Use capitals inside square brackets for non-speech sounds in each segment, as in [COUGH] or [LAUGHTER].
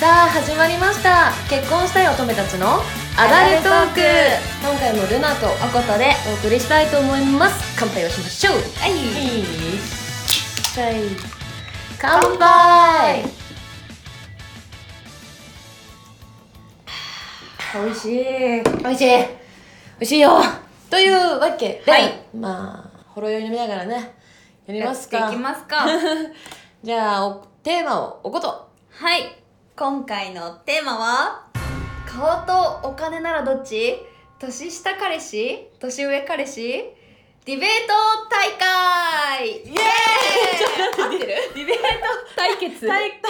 さあ始まりました結婚したい乙女たちのアダルトーク今回もルナとおことでお送りしたいと思います乾杯をしましょうはいはい乾杯美味しい美味しい美味しいよというわけで、はいまあほろ酔い飲みながらねやりますやかっていきますか [LAUGHS] じゃあおテーマをおことはい今回のテーマは顔とお金ならどっち年下彼氏年上彼氏ディベート大会 [LAUGHS] イエーイ合ってるディベート対決対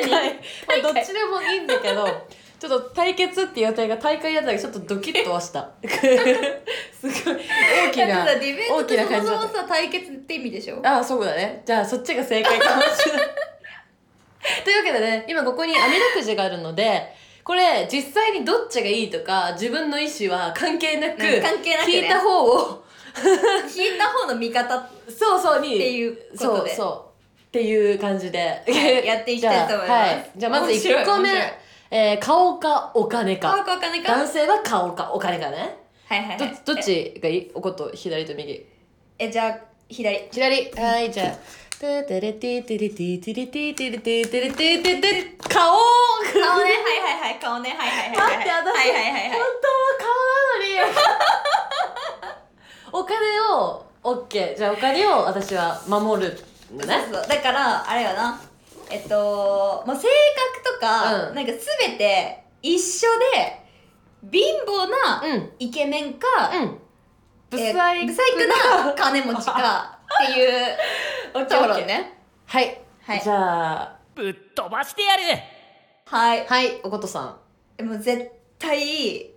対大会、まあ、どっちでもいいんだ [LAUGHS] けどちょっと対決っていう予定が大会やったらちょっとドキッとはした [LAUGHS] すごい大きだなってさディベートっ大きなて感じそだもっそもさ対決って意味でしょたあそうだねじゃあそっちが正解かもし [LAUGHS] れないというわけでね今ここに網だくじがあるのでこれ実際にどっちがいいとか自分の意思は関係なくうん関係なくね聞いた方を引いた方の味方っそうそうにていうことそうでそうっていう感じでいやっていきたいと思いますじゃあ,、はい、じゃあまず面白い1個目面白い、えー顔かお金顔かかお金か男性は顔かお金かねはいはいはどいどっちがいいおこと左と右えじゃあ [LAUGHS] 左左はいじゃあテテレティテレティテレティテレティテレティテレティ顔顔ね、はいはいはい、顔ね、はいはいはい。待って私はいはいはいは本い。当は顔なのにお金をオッケーじゃあお金を私は守るのねそうそうだから、あれよな。えっと、もう性格とか、うんなんかすべて一緒で、貧乏なうんイケメンか、うん不え細ー工不細工な金持ちか、っていう [LAUGHS] オッとケーオこッろケーね。はい、はいじゃあぶっ飛ばしてやるはい。はいおことさでもう絶対、イ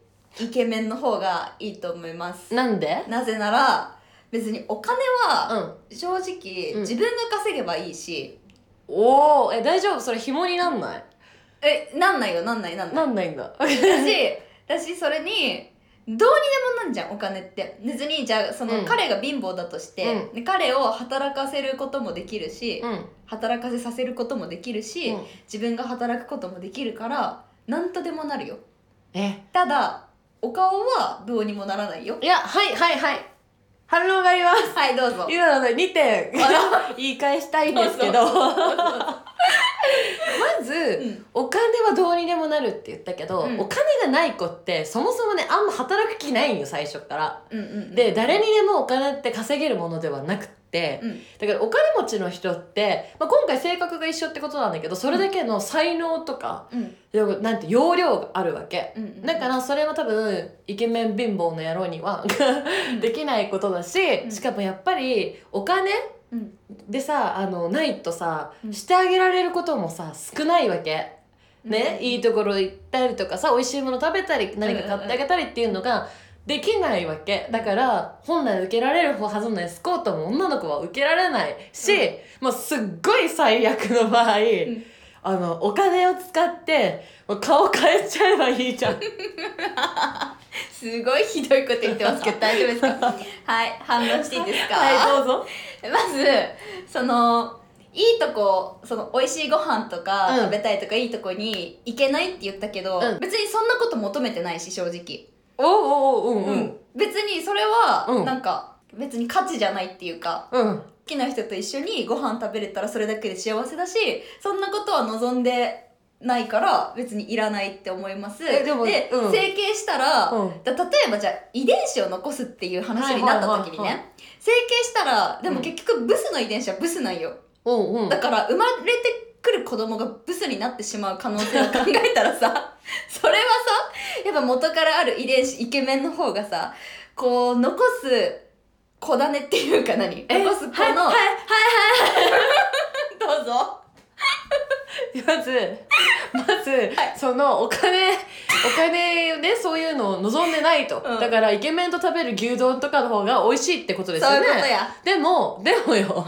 ケメンの方がいいと思いますん。なんでなぜなら、別にお金うは、ん正直、うん自分が稼げばいいし、おおえ大丈夫それ紐になんないえ、なんないよ、なんない、なんない。なんないんだだし私それにどうにでもなんじゃんお金って別にじゃあその、うん彼が貧乏だとして、うんで彼を働かせることもできるし、うん、働かせさせることもできるし、うん自分が働くこともできるから何とでもなるよえただお顔はどうにもならないよいやはいはいはい反論がありますはいどうぞ今ので2点 [LAUGHS] 言い返したいんですけどまず、うんお金はどうにでもなるって言ったけど、うんお金がない子ってそもそもねあんま働く気ないんよ最初からうんうんうんで誰にでもお金って稼げるものではなくって、うんだからお金持ちの人って、まあ、今回性格が一緒ってことなんだけどそれだけの才能とか、うんなんて容量があるわけ、うんうんだからそれは多分イケメン貧乏の野郎には [LAUGHS] うんできないことだし、うんしかもやっぱりお金うんでさあのないとさ、うんしてあげられることもさ少ないわけ。ね、うんいいところ行ったりとかさ美味しいもの食べたり何か買ってあげたりっていうのができないわけだから本来受けられるはずのエスコートも女の子は受けられないし、うもうすっごい最悪の場合、んあのお金を使ってもう顔変えちゃえばいいじゃん。すごいひどいこと言ってますけど大丈夫です [LAUGHS] かはい反論していいですかはいどうぞ。まずそのいいとこその美味しいご飯とかうん食べたいとか、いいとこに行けないって言ったけど、うん別にそんなこと求めてないし正直、おおおうんううんん別にそれは、うんなんか別に価値じゃないっていうかうん好きな人と一緒にご飯食べれたらそれだけで幸せだしそんなことは望んでないから別にいらないって思いますえでもうん整形したら、うんだ例えばじゃあ遺伝子を残すっていう話になった時にはいはいね、はいは整形したらでうもん結局ブスの遺伝子はブスなんよ、うんうんだから生まれてくる子供がブスになってしまう可能性を考えたら [LAUGHS] さそれはさやっぱ元からある遺伝子イケメンの方がさこう残す子種っていうか何え残す子の、はいはいどうぞ [LAUGHS] まずまず、そのお金お金ねそういうのを望んでないと、うんだからイケメンと食べる牛丼とかの方が美味しいってことですよそういねうことやでもでもよ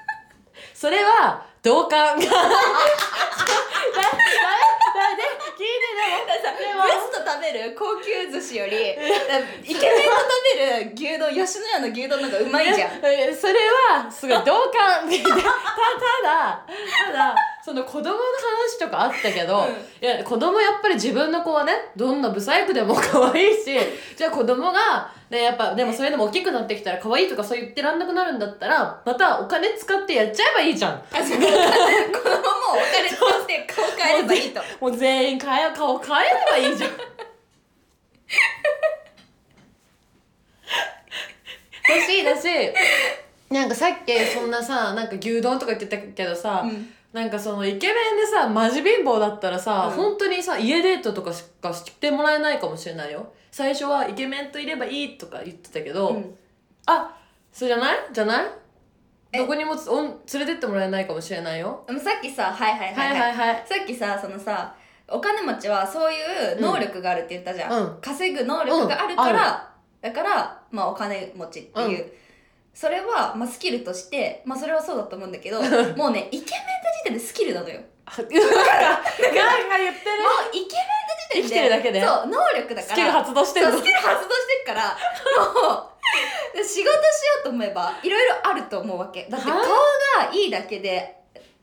[LAUGHS] それは同 [LAUGHS] 感が [LAUGHS] だだだだで聞いてだからさでもブスと食べる高級寿司よりだからイケメンと食べる牛丼吉野家の牛丼の方がう [LAUGHS] まいじゃんえそれはすごい同感たただただそその子供の話とかあったけど、うんいや子供やっぱり自分の子はねどんなブサイクでも可愛いしじゃあ子供がねやっぱでもそういうのも大きくなってきたら可愛いとかそう言ってらんなくなるんだったらまたお金使ってやっちゃえばいいじゃんあそう [LAUGHS] 子供もお金使って顔変えればいいともう全員変え顔変えればいいじゃん欲しいだしなんかさっきそんなさなんか牛丼とか言ってたけどさ、うんなんかそのイケメンでさマジ貧乏だったらさ、うん本当にさ家デートとかしかしてもらえないかもしれないよ最初はイケメンといればいいとか言ってたけど、うんあそうじゃないじゃないえどこにもつおん連れてってもらえないかもしれないよでもさっきさはいはいははいいははいい [LAUGHS] はいさっきさそのさお金持ちはそういう能力があるって言ったじゃん、うん稼ぐ能力があるから、だから、まあ、お金持ちっていう、それは、まあ、スキルとして、まあ、それはそうだと思うんだけどもうねイケメンって時点でスキルなのよもあなんかなんか言ってるうイケメンって生時点できてるだけでそう能力だからスキル発動してるそのうスキル発動して [LAUGHS] るからもう仕事しようと思えばいろいろあると思うわけだって顔がいいだけで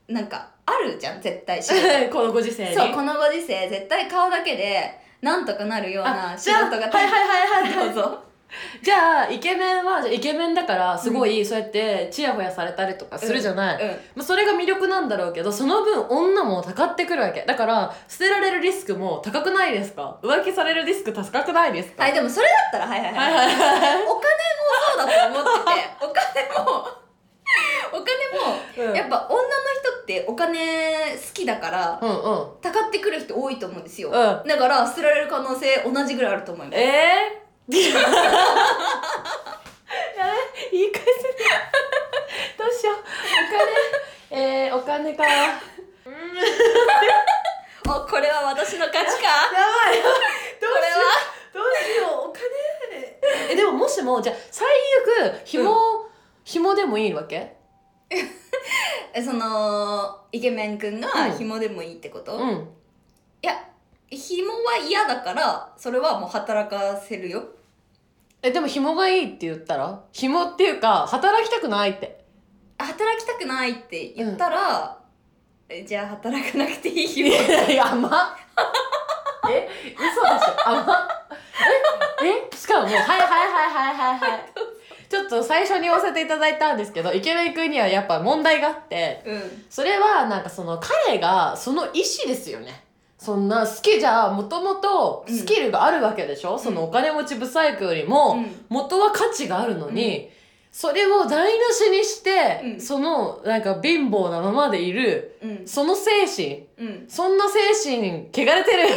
なんかあるじゃん絶対仕 [LAUGHS] 事このご時世にそうこのご時世絶対顔だけでなんとかなるようなあ仕じゃあ事はいはがいはいはいはいどうぞじゃあイケメンはじゃあイケメンだからすごいそうやってチヤホヤされたりとかするじゃない、うまあ、それが魅力なんだろうけどその分女も高ってくるわけだから捨てられるリスクも高くないですか浮気されるリスク高くないですんか、はいでもそれだったらはいはいはいはいはいお金もそうだと思 [LAUGHS] っててお金もお金はい、うもん、やっぱ女の人ってお金好きだからうんうんたかってくる人多いと思うんですよ、うだから捨てられる可能性同じぐらいあると思いますえ [LAUGHS] えー、やべ言い返せないどうしようお金えー、お金かやおこれは私の価値ば [LAUGHS] いやかばいこどれはどうしようお金えでももしもじゃあ最悪紐、紐でもいいわけえそのイケメンくんがうん紐でもいいってこと、うんいや紐は嫌だからそれはもう働かせるよえでも紐がいいって言ったら紐っていうか働きたくないって働きたくないって言ったら、えじゃあ働かなくていいい紐やいや甘っえ嘘でしょ甘っええしかももうはいはいはいはいはい [LAUGHS] はいちょっと最初に言わせていただいたんですけどイケメン君にはやっぱ問題があってうんそれはなんかその彼がその意思ですよねそんな好きじゃもともとスキルがあるわけでしょ、そのお金持ち不細工よりも、うん元は価値があるのに、それを台無しにして、うんそのなんか貧乏なままでいるうんその精神うんそんな精神汚れてる [LAUGHS]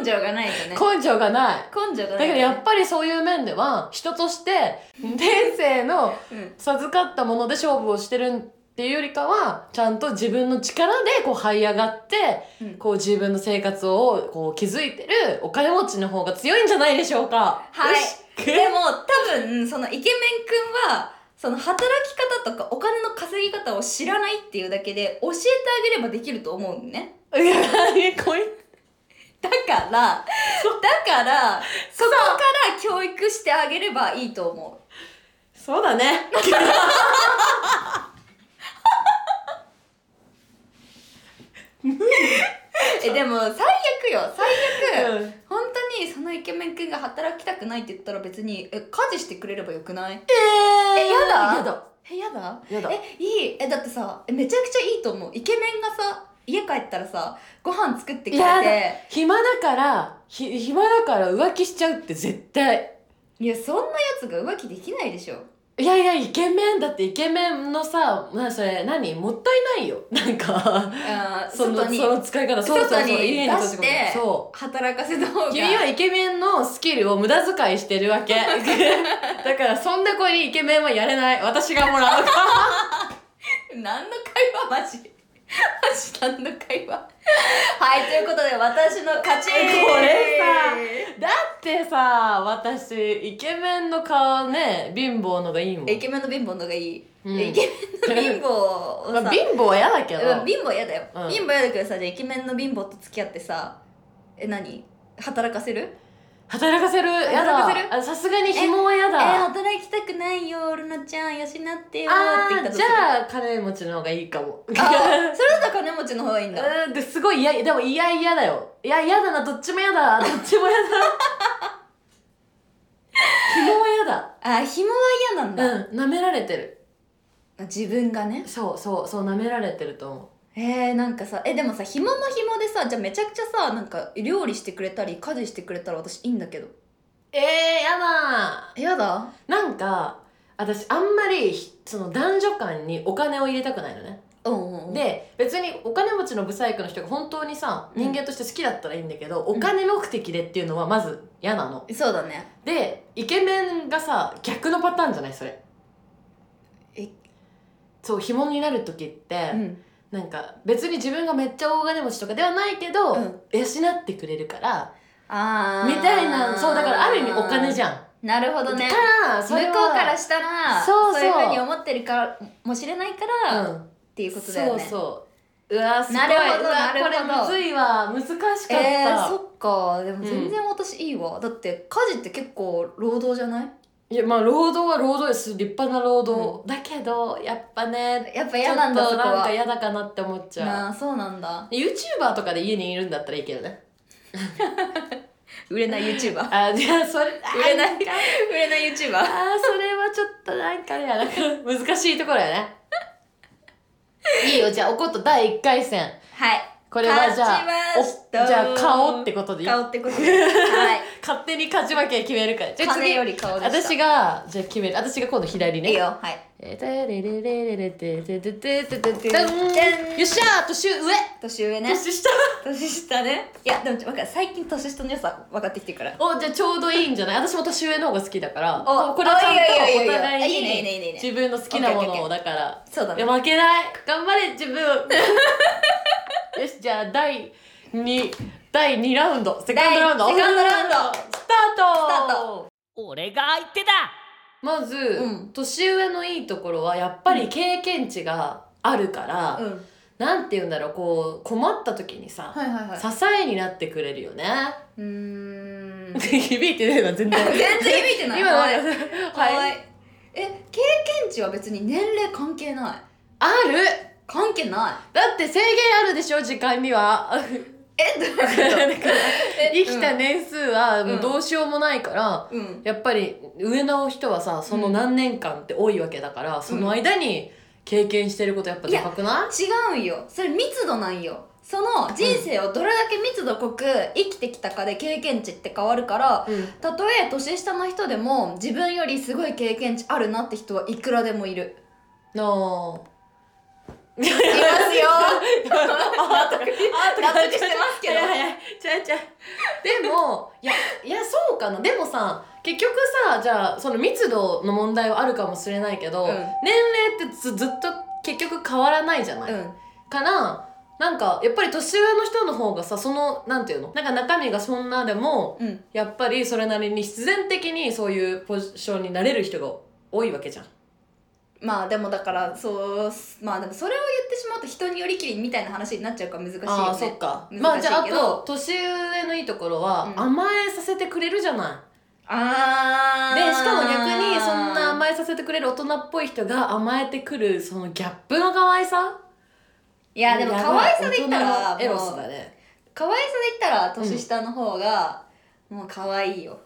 根性がないとね根性がない根だから性がないとねやっぱりそういう面では人として天性のうん授かったもので勝負をしてるっていうよりかはちゃんと自分の力でこう這い上がってうんこう自分の生活をこう築いてるお金持ちの方が強いんじゃないでしょうかはいよしでも多分そのイケメンくんはその働き方とかお金の稼ぎ方を知らないっていうだけで教えてあげればできると思うんねいやこいだからだからそこから教育してあげればいいと思うそうだ [LAUGHS] ね。えでも最悪よ最悪、うん本当にそのイケメンくんが働きたくないって言ったら別にえ家事してくれればよくないええやだやだ。えやだやだ。えいいえだってさえめちゃくちゃいいと思うイケメンがさ家帰ったらさご飯作ってくれやて暇だから、ひ、暇だから浮気しちゃうって絶対。いやそんなやつが浮気できないでしょいやいや、イケメンだってイケメンのさ、な、それ、何もったいないよ。なんか、あーその、外そにの使い方、そうそうそう、外に家に閉じ込め出してそ働かせた方がう。君はイケメンのスキルを無駄遣いしてるわけ。だから、そんな子にイケメンはやれない。私がもらうから。何の会話マジマジ何の会話はいということで私の勝ちこれさだってさ、私、イケメンの顔ね、貧乏のがいいもん。イケメンの貧乏のがいい、うんイケメンの貧乏をまさ、あ、貧乏は嫌だけど。うん貧乏嫌だよ、うん貧乏嫌だけどさじゃあイケメンの貧乏と付き合ってさえ何働かせる働かせるやだ働かせるあさすがに紐はやえーだ、働きたくないよルナちゃん養ってよあって言ったーとじゃあ金持ちの方がいいかもあーそれだと金持ちの方 [LAUGHS] がいいんだうんですごい嫌でも嫌嫌だよいや嫌だなどっちも嫌だどっちも嫌だ紐は嫌だあー紐は嫌なんだ、うん舐められてる自分がねそうそうそう舐められてると思うえー、なんかさえでもさ紐も紐でさじゃあめちゃくちゃさなんか料理してくれたり家事してくれたら私いいんだけどえー、やだえやだなんか私あんまりひその男女間にお金を入れたくないのね、うんうんうんで別にお金持ちのブサイクの人が本当にさうん人間として好きだったらいいんだけど、お金目的でっていうのはまず嫌なのそうだねでイケメンがさ逆のパターンじゃないそれえそう紐になる時って、うんなんか別に自分がめっちゃ大金持ちとかではないけど、うん養ってくれるからああみたいなそうだからある意味お金じゃゃんんなるほどねから向こうからしたらそうそういうふうに思ってるかもしれないから、っんていうことだよねそうそううわすごいなるほどうわなるほどこれむずいわ難しかった、えー、そっかでも全然私いいわ、だって家事って結構労働じゃないいやまあ労働は労働です立派な労働、だけどやっぱねやっぱちょ嫌っなんだとそこなんかは嫌だかなって思っちゃうなあそうなんだ YouTuber とかで家にいるんだったらいいけどね [LAUGHS] 売れない YouTuber あじゃあそれ [LAUGHS] あ売れないんか売れなあい YouTuber ーそれはちょっとなんかねなんか [LAUGHS] 難しいところや [LAUGHS] ねいいよじゃあおこと第1回戦はいこれはじゃあ勝ちましたおじゃあ顔ってことでいい顔ってことではい勝手に勝ち負け決める [LAUGHS] からじゃあ次金より顔でした私がじゃあ決める私が今度左ねいいよはいえーてれれれれれててててててててんよっしゃー年上年上ね年下年下ねいやでもちょわかる最近年下の良さ分かってきてるからおじゃあちょうどいいんじゃない私も年上の方が好きだからおこれはちゃんとあいやいやいやいやお互いいねいいねいいいねに自分の好きなものオをッだからそうだいねや負けない頑張れ自 [LAUGHS] 分よしじゃあ第2第2ラウンドセカンドラウンド第セカンドラウスンドタートスター俺が相手だまず、うん年上のいいところはやっぱり経験値があるから、うんなんて言うんだろうこう困った時にさ、はいはいはい支えになってくれるよねうーん全響いてないわ全然 [LAUGHS] 然響いてな [LAUGHS] い今のはいははいいえ経験値は別に年齢関係ないある関係ないだって制限あるでしょ時間には [LAUGHS] [LAUGHS] えどういうこと生きた年数はもうどうしようもないから、うんやっぱり上の人はさその何年間って多いわけだから、その間に経験してることやっぱでかくない違うんよそれ密度なんよその人生をどれだけ密度濃く生きてきたかで経験値って変わるからうんたとえ年下の人でも自分よりすごい経験値あるなって人はいくらでもいるなあいますよ [LAUGHS] あーとか納得してますけど早い早いちゃうちゃうでもいやいやそうかなでもさ結局さじゃあその密度の問題はあるかもしれないけど、うん年齢ってずずっと結局変わらないじゃない、うんからなんかやっぱり年上の人の方がさそのなんていうのなんか中身がそんなでも [LAUGHS] うんやっぱりそれなりに必然的にそういうポジションになれる人が多いわけじゃん。まあでもだからそうまあでもそれを言ってしまうと人によりきりみたいな話になっちゃうから難しいよねああーそっか難しいけどまあじゃああと年上のいいところはうん甘えさせてくれるじゃなあい、ーでしかも逆にそんな甘えさせてくれる大人っぽい人が甘えてくるそのギャップの可愛さいやでも可愛さで言ったら大人のエロスもうだね可愛さで言ったら年下の方が、もう可愛いよ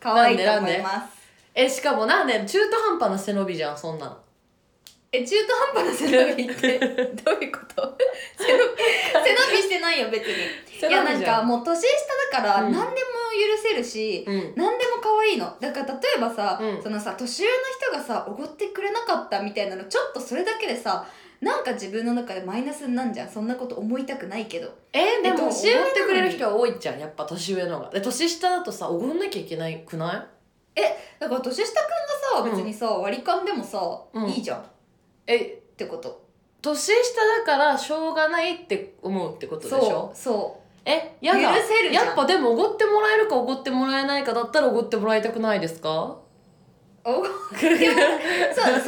可愛いとなん思でいますえしかもなんで中途半端な背伸びじゃんそんなのえ中途半端な背伸びって [LAUGHS] どういうこと背伸び背伸びしてないよ別に背いや伸なびんじゃかもう年下だからう何んでも許せるし、うん何でも可愛いのだから例えばさ、うんそのさ年上の人がさおごってくれなかったみたいなのちょっとそれだけでさなんか自分の中でマイナスになんじゃんそんなこと思いたくないけどえででも年年上上っなのにてくれる人は多いじゃんやっぱ年上の方がで年下だとさおごんなきゃいけないくないだから年下くんがさ別にさ、割り勘でもさ、うんいいじゃんっえてこと年下だからしょうがないって思うってことでしょそうそえやだ許せるじゃんやっぱでもおごってもらえるかおごってもらえないかだったらおごってもらいたくないですかうお [LAUGHS] [LAUGHS] ごそうその二択で言っ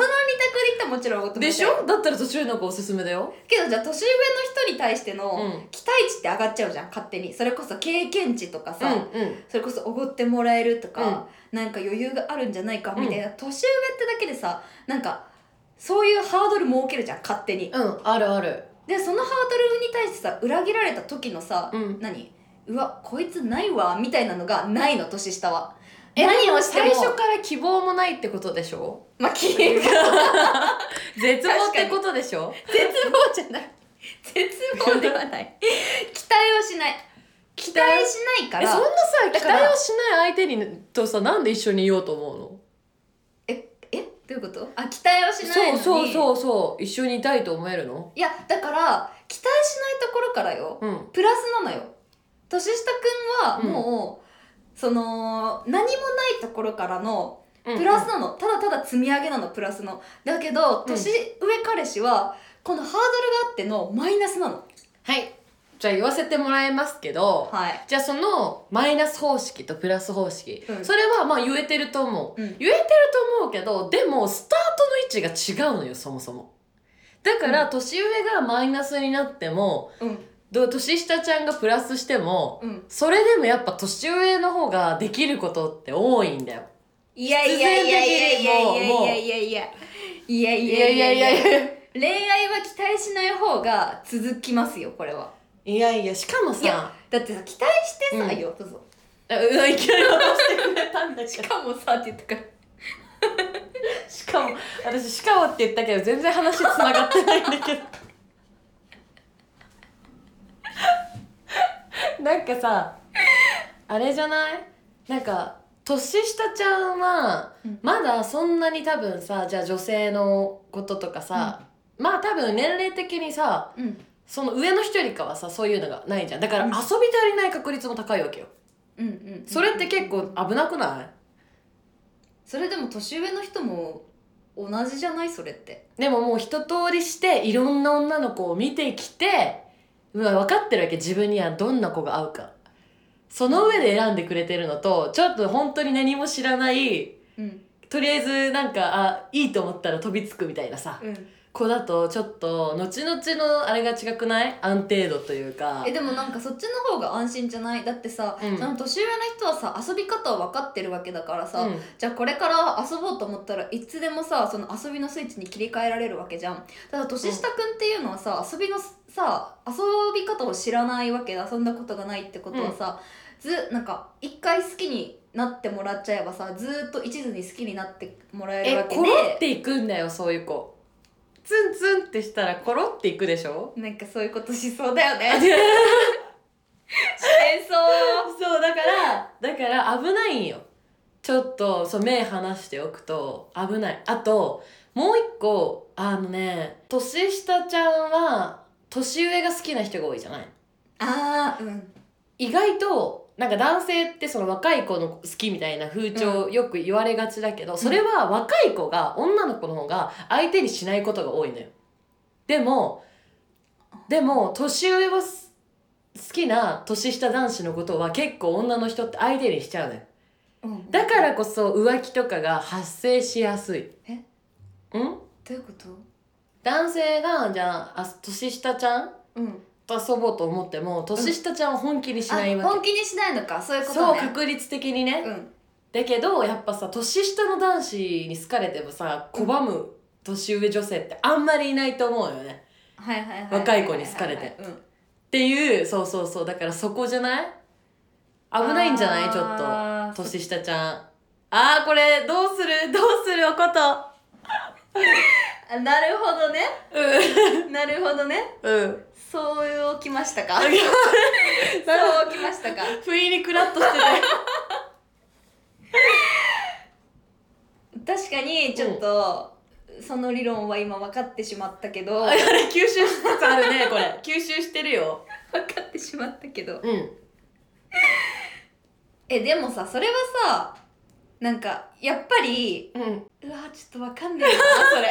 たらもちろんおごってもでらいたしいょだったら年上の子おすすめだよ。けどじゃあ年上の人に対してうのん期待値って上がっちゃうじゃん勝手にそれこそ経験値とかさ、うん。それこそおごってもらえるとか、なんか余裕があるんじゃないかみたいな、年上ってだけでさなんかそういうハードル設けるじゃん勝手にうん、あるある。でそのハードルに対してさ裏切られた時のさ、うん。何うわこいつないわみたいなのがないの年下はえ何をして最も初から希望もないってことでしょ [LAUGHS] まあ消える絶望ってことでしょ絶望じゃない絶望ではない期待をしない期期待しないかえらそんなさだ期から待をしない相手にとさなんで一緒にいようと思うのえどういうことあ期待をしないのにそうそううそうそう一緒にいたいと思えるのいやだから期待しないところからようんプラスなのよ年下くんはもう、その何もないところからのプラスなの、ただただ積み上げなのプラスのだけど年上彼氏はこのハードルがあってのマイナスなのはいじゃあ言わせてもらいますけどはいじゃあそのマイナス方式とプラス方式、うんそれはまあ言えてると思う、うん言えてると思うけどでもスタートの位置が違うのよそもそもだから年上がマイナスになってもうんど年下ちゃんがプラスしてもうんそれでもやっぱ年上の方ができることって多いんだよいやいやいやいやいやいやいやいやいやいやいやいやいやいやや恋愛は期待しない方が続きますよこれはいやいやしかもいやさだってさ期待してさ、うんよどうぞうわいきなり渡してくれたんだけしどかもさって言ったからしかも私しかもって言ったけど全然話つながってないんだけどなんかさあれじゃないなんか年下ちゃんはうんまだそんなに多分さじゃあ女性のこととかさ、まあ多分年齢的にさうんその上の人よりかはさそういうのがないじゃんだからう遊んび足りない確率も高いわけようんうんそれって結構危なくないそれでも年上の人も同じじゃないそれってでももう一通りしていろんな女の子を見てきてうわ分かってるわけ自分にはどんな子が合うかその上で選んでくれてるのとちょっと本当に何も知らないうんとりあえずなんかあいいと思ったら飛びつくみたいなさうん子だとちょっと後々のあれが違くない安定度というかえでもなんかそっちの方が安心じゃないだってさ、うんその年上の人はさ遊び方は分かってるわけだからさ、うんじゃあこれから遊ぼうと思ったらいつでもさその遊びのスイッチに切り替えられるわけじゃんただ年下くんっていうのはさ遊びのさ遊び方を知らないわけで遊んだことがないってことはさ、ずなんか一回好きになってもらっちゃえばさずーっと一途に好きになってもらえるえわけコでロっていくんだよそういう子ツンツンってしたらコロっていくでしょなんかそういうことしそうだよね。でして [LAUGHS] そう。そうだからだから危ないんよちょっとそう目離しておくと危ないあともう一個あのね年下ちゃんは年上が好きな人が多いじゃないああ、うん。意外となんか男性ってその若い子の好きみたいな風潮よく言われがちだけど、それは若い子が女の子の方が相手にしないことが多いのよでもでも年上をす好きな年下男子のことは結構女の人って相手にしちゃうのようん、だからこそ浮気とかが発生しやすいえうんどういうこと？男性がじゃああ年下ちゃんうん。と遊ぼうと思っても年下ちゃんは本気にしないあわけ、本気にしないのか、そういうこそとうね。確率的にね、うん。だけどやっぱさ年下の男子に好かれてもさ拒む年上女性ってあんまりいないと思うよねはいはいはいはは若い子に好かれて。うん。っていうそうそうそうだからそこじゃない危ないんじゃないちょっょと年下ちゃんあーこれどうするどうするおことと。なるほどね。なるほどね。うんうんそうきましたか。 [LAUGHS] なんかそうきましたか。不意にクラッと [LAUGHS] してて確かにちょっと、その理論は今分かってしまったけど、あ分れ吸収しつつあるねこれ吸収してるよかってしまったけうど。んえでもさそれはさなんかやっぱりうんうわちょっとわかんないなそ [LAUGHS] れ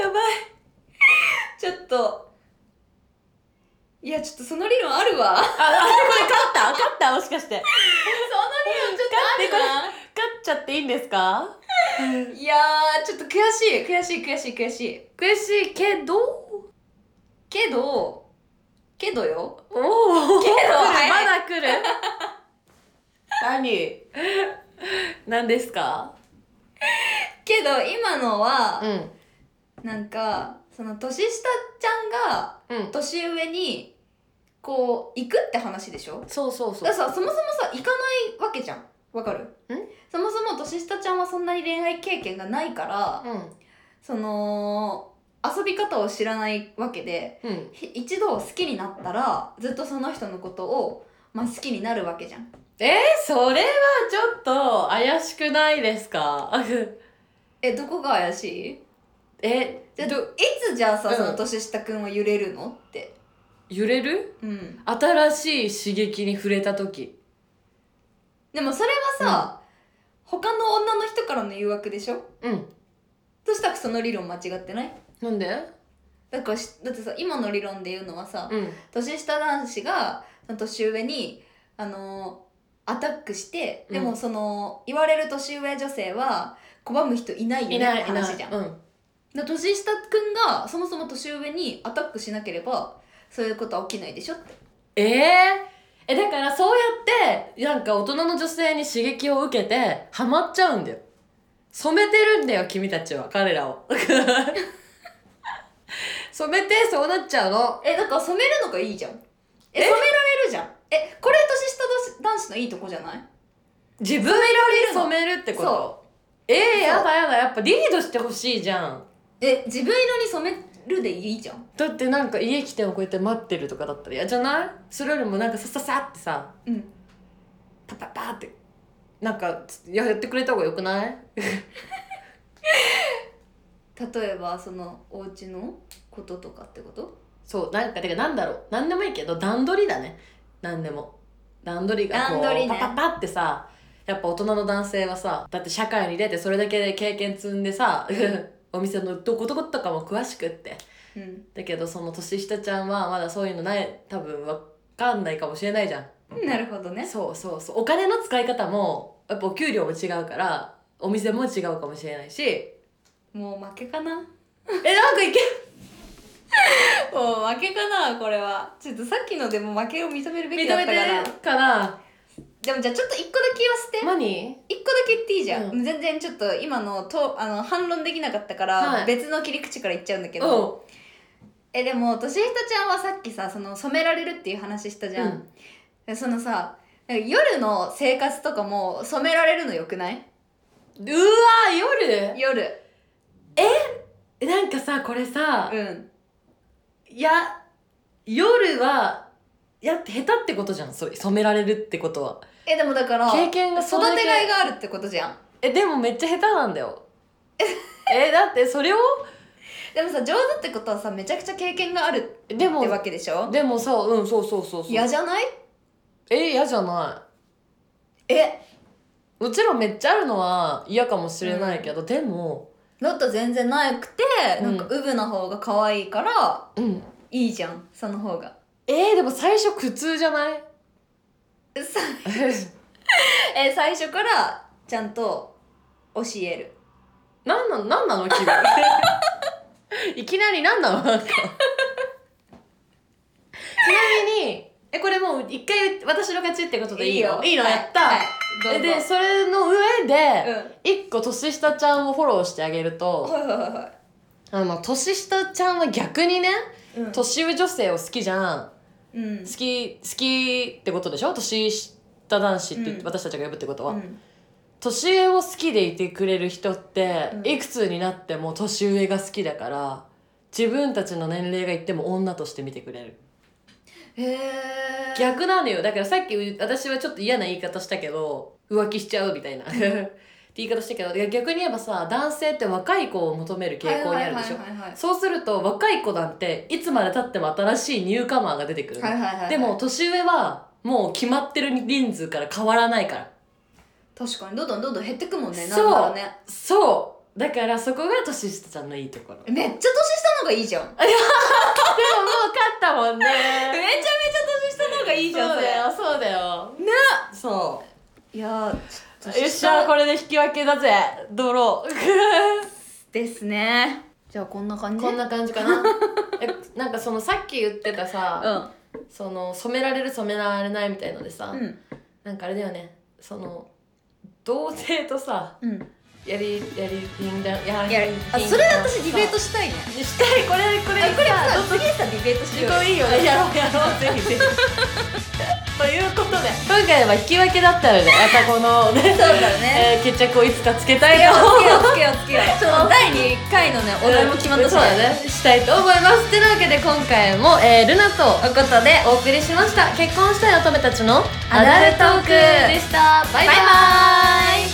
やばいちょっと [LAUGHS] いやちょっとその理論あるわそのああこれ勝った勝ったもしかして理論ちょっとでこれ勝っちゃっていいんですかいやーちょっと悔しい悔しい悔しい悔しい悔しいけどけどけどよおおけどま早だ来る何 [LAUGHS] 何ですかけど今のは、うんなんかその年下ちゃんがうん年上にこう行くって話でしょそうそうだそかうらさそもそもさ行かないわけじゃんわかるそもそも年下ちゃんはそんなに恋愛経験がないからうんその遊び方を知らないわけでうんひ一度好きになったらずっとその人のことを、まあ、好きになるわけじゃんえー、それはちょっと怪しくないですか [LAUGHS] えどこが怪しいえじゃあいつじゃあさ、うんその年下くんは揺れるのって揺れるうん新しい刺激に触れた時でもそれはさ、他の女の人からの誘惑でしょうんそしたらその理論間違ってないなんでだからしだってさ今の理論で言うのはさ、うん年下男子がその年上にあのーアタックしてでうもんその、言われる年上女性は拒む人いないよねいっないていない話じゃんうんだから年下くんがそもそも年上にアタックしなければそういうことは起きないでしょってえええだからそうやってなんか大人の女性に刺激を受けてハマっちゃうんだよ染めてるんだよ君たちは彼らを [LAUGHS] 染めてそうなっちゃうのえだから染めるのがいいじゃんえ染められるじゃんえこれ年下男子男子のいいとこじゃない自分色に染めるってことそええそうやだやだやっぱリードしてほしいじゃんえ自分色に染めるでいいじゃんだってなんか家来てもこうやって待ってるとかだったら嫌じゃないそれよりもなんかさささってさうんパパパってなんかやってくれた方がよくない例えばそのお家のこととかってことそうなんかてかなんだろうなんでもいいけど段取りだねなんでも段取りがこう段取りねパパパってさやっぱ大人の男性はさだって社会に出てそれだけで経験積んでさ [LAUGHS] お店のどこどことかも詳しくってうんだけどその年下ちゃんはまだそういうのない多分わかんないかもしれないじゃんなるほどねそうそうそうお金の使い方もやっぱお給料も違うからお店も違うかもしれないしえもう負けかななんかいけもう負けかなこれはちょっとさっきのでも負けを認めるべき認だっめたからてるかなでもじゃあちょっと一個だけ言わせて何一個だけ言っていいじゃん、う全然ちょっと今のとあの反論できなかったから、はい別の切り口から言っちゃうんだけど、おえでも年下ちゃんはさっきさその染められるっていう話したじゃん、でそのさなんか夜の生活とかも染められるのよくないうわー夜夜えなんかさこれさ、うんいや夜はやって下手ってことじゃんそれ染められるってことはえでもだから経育験がてそれだけがいがあるってことじゃんえでもめっちゃ下手なんだ [LAUGHS] よえだってそれをでもさ上手ってことはさめちゃくちゃ経験があるっでもてわけでしょでもさうんそうそうそうそう嫌じゃないえ嫌じゃなえいうちらめっちゃあるのは嫌かもしれないけど、でもだったら全然なくて、うんなんかウブな方が可愛いからうんいいじゃんその方がえー、でも最初苦痛じゃない [LAUGHS] さえ最初からちゃんと教えるなんなのなんなの君 [LAUGHS] いきなりなんなのなんか [LAUGHS] ちなみにえこれもう一回私の勝ちってことでいいのいいの、はいやった、はいえどうでぞそれの上でうん一個年下ちゃんをフォローしてあげると、はいはいはいはあの年下ちゃんは逆にねいうん年上女性を好きじゃんうん好き好きってことでしょ年下男子ってうん私たちが呼ぶってことは、うん年上を好きでいてくれる人って、うんいくつになっても年上が好きだから自分たちの年齢がいっても女として見てくれるへえ逆なのよだからさっき私はちょっと嫌な言い方したけど浮気しちゃうみたいな [LAUGHS] って言い方したけどいや逆に言えばさ男性って若い子を求める傾向にあるでしょはいはいはいはいそうすると若い子なんていつまでたっても新しいニューカマーが出てくるの、はいはいはいはいでも年上はもう決まってる人数から変わらないから確かにどんどんどんどん減ってくもんねそうなんだろうねそうだからそこが年下ちゃんのいいところでももめっちゃ年下のがいいじゃんう勝ったもん [LAUGHS] めちゃねめちゃ年下の方がいいじゃんそうそだれよそうだよねそういやーよっしゃこれで引き分けだぜドローですねじゃあこんな感 [LAUGHS] じこんな感じかなえなんかそのさっき言ってたさ、その染められる染められないみたいのでさ、うんうんなんかあれだよねその同性とさうんやりやりピンダやいやあそれ私ディベートししたいねしたいこれこれあこれささ次さディ [LAUGHS] ベートしようよいいよねやろうやろうぜひぜひということで今回は引き分けだったのでまたこのねそうだえねー決着をいつかつけたついけよと思ううつけようつけようつけようその第二回のねお題も決まったしそうだねしたいと思いますてなわけで今回も、えー、ルナとということでお送りしました結婚したい乙女たちのアダルトークでしたバイババイバイーイ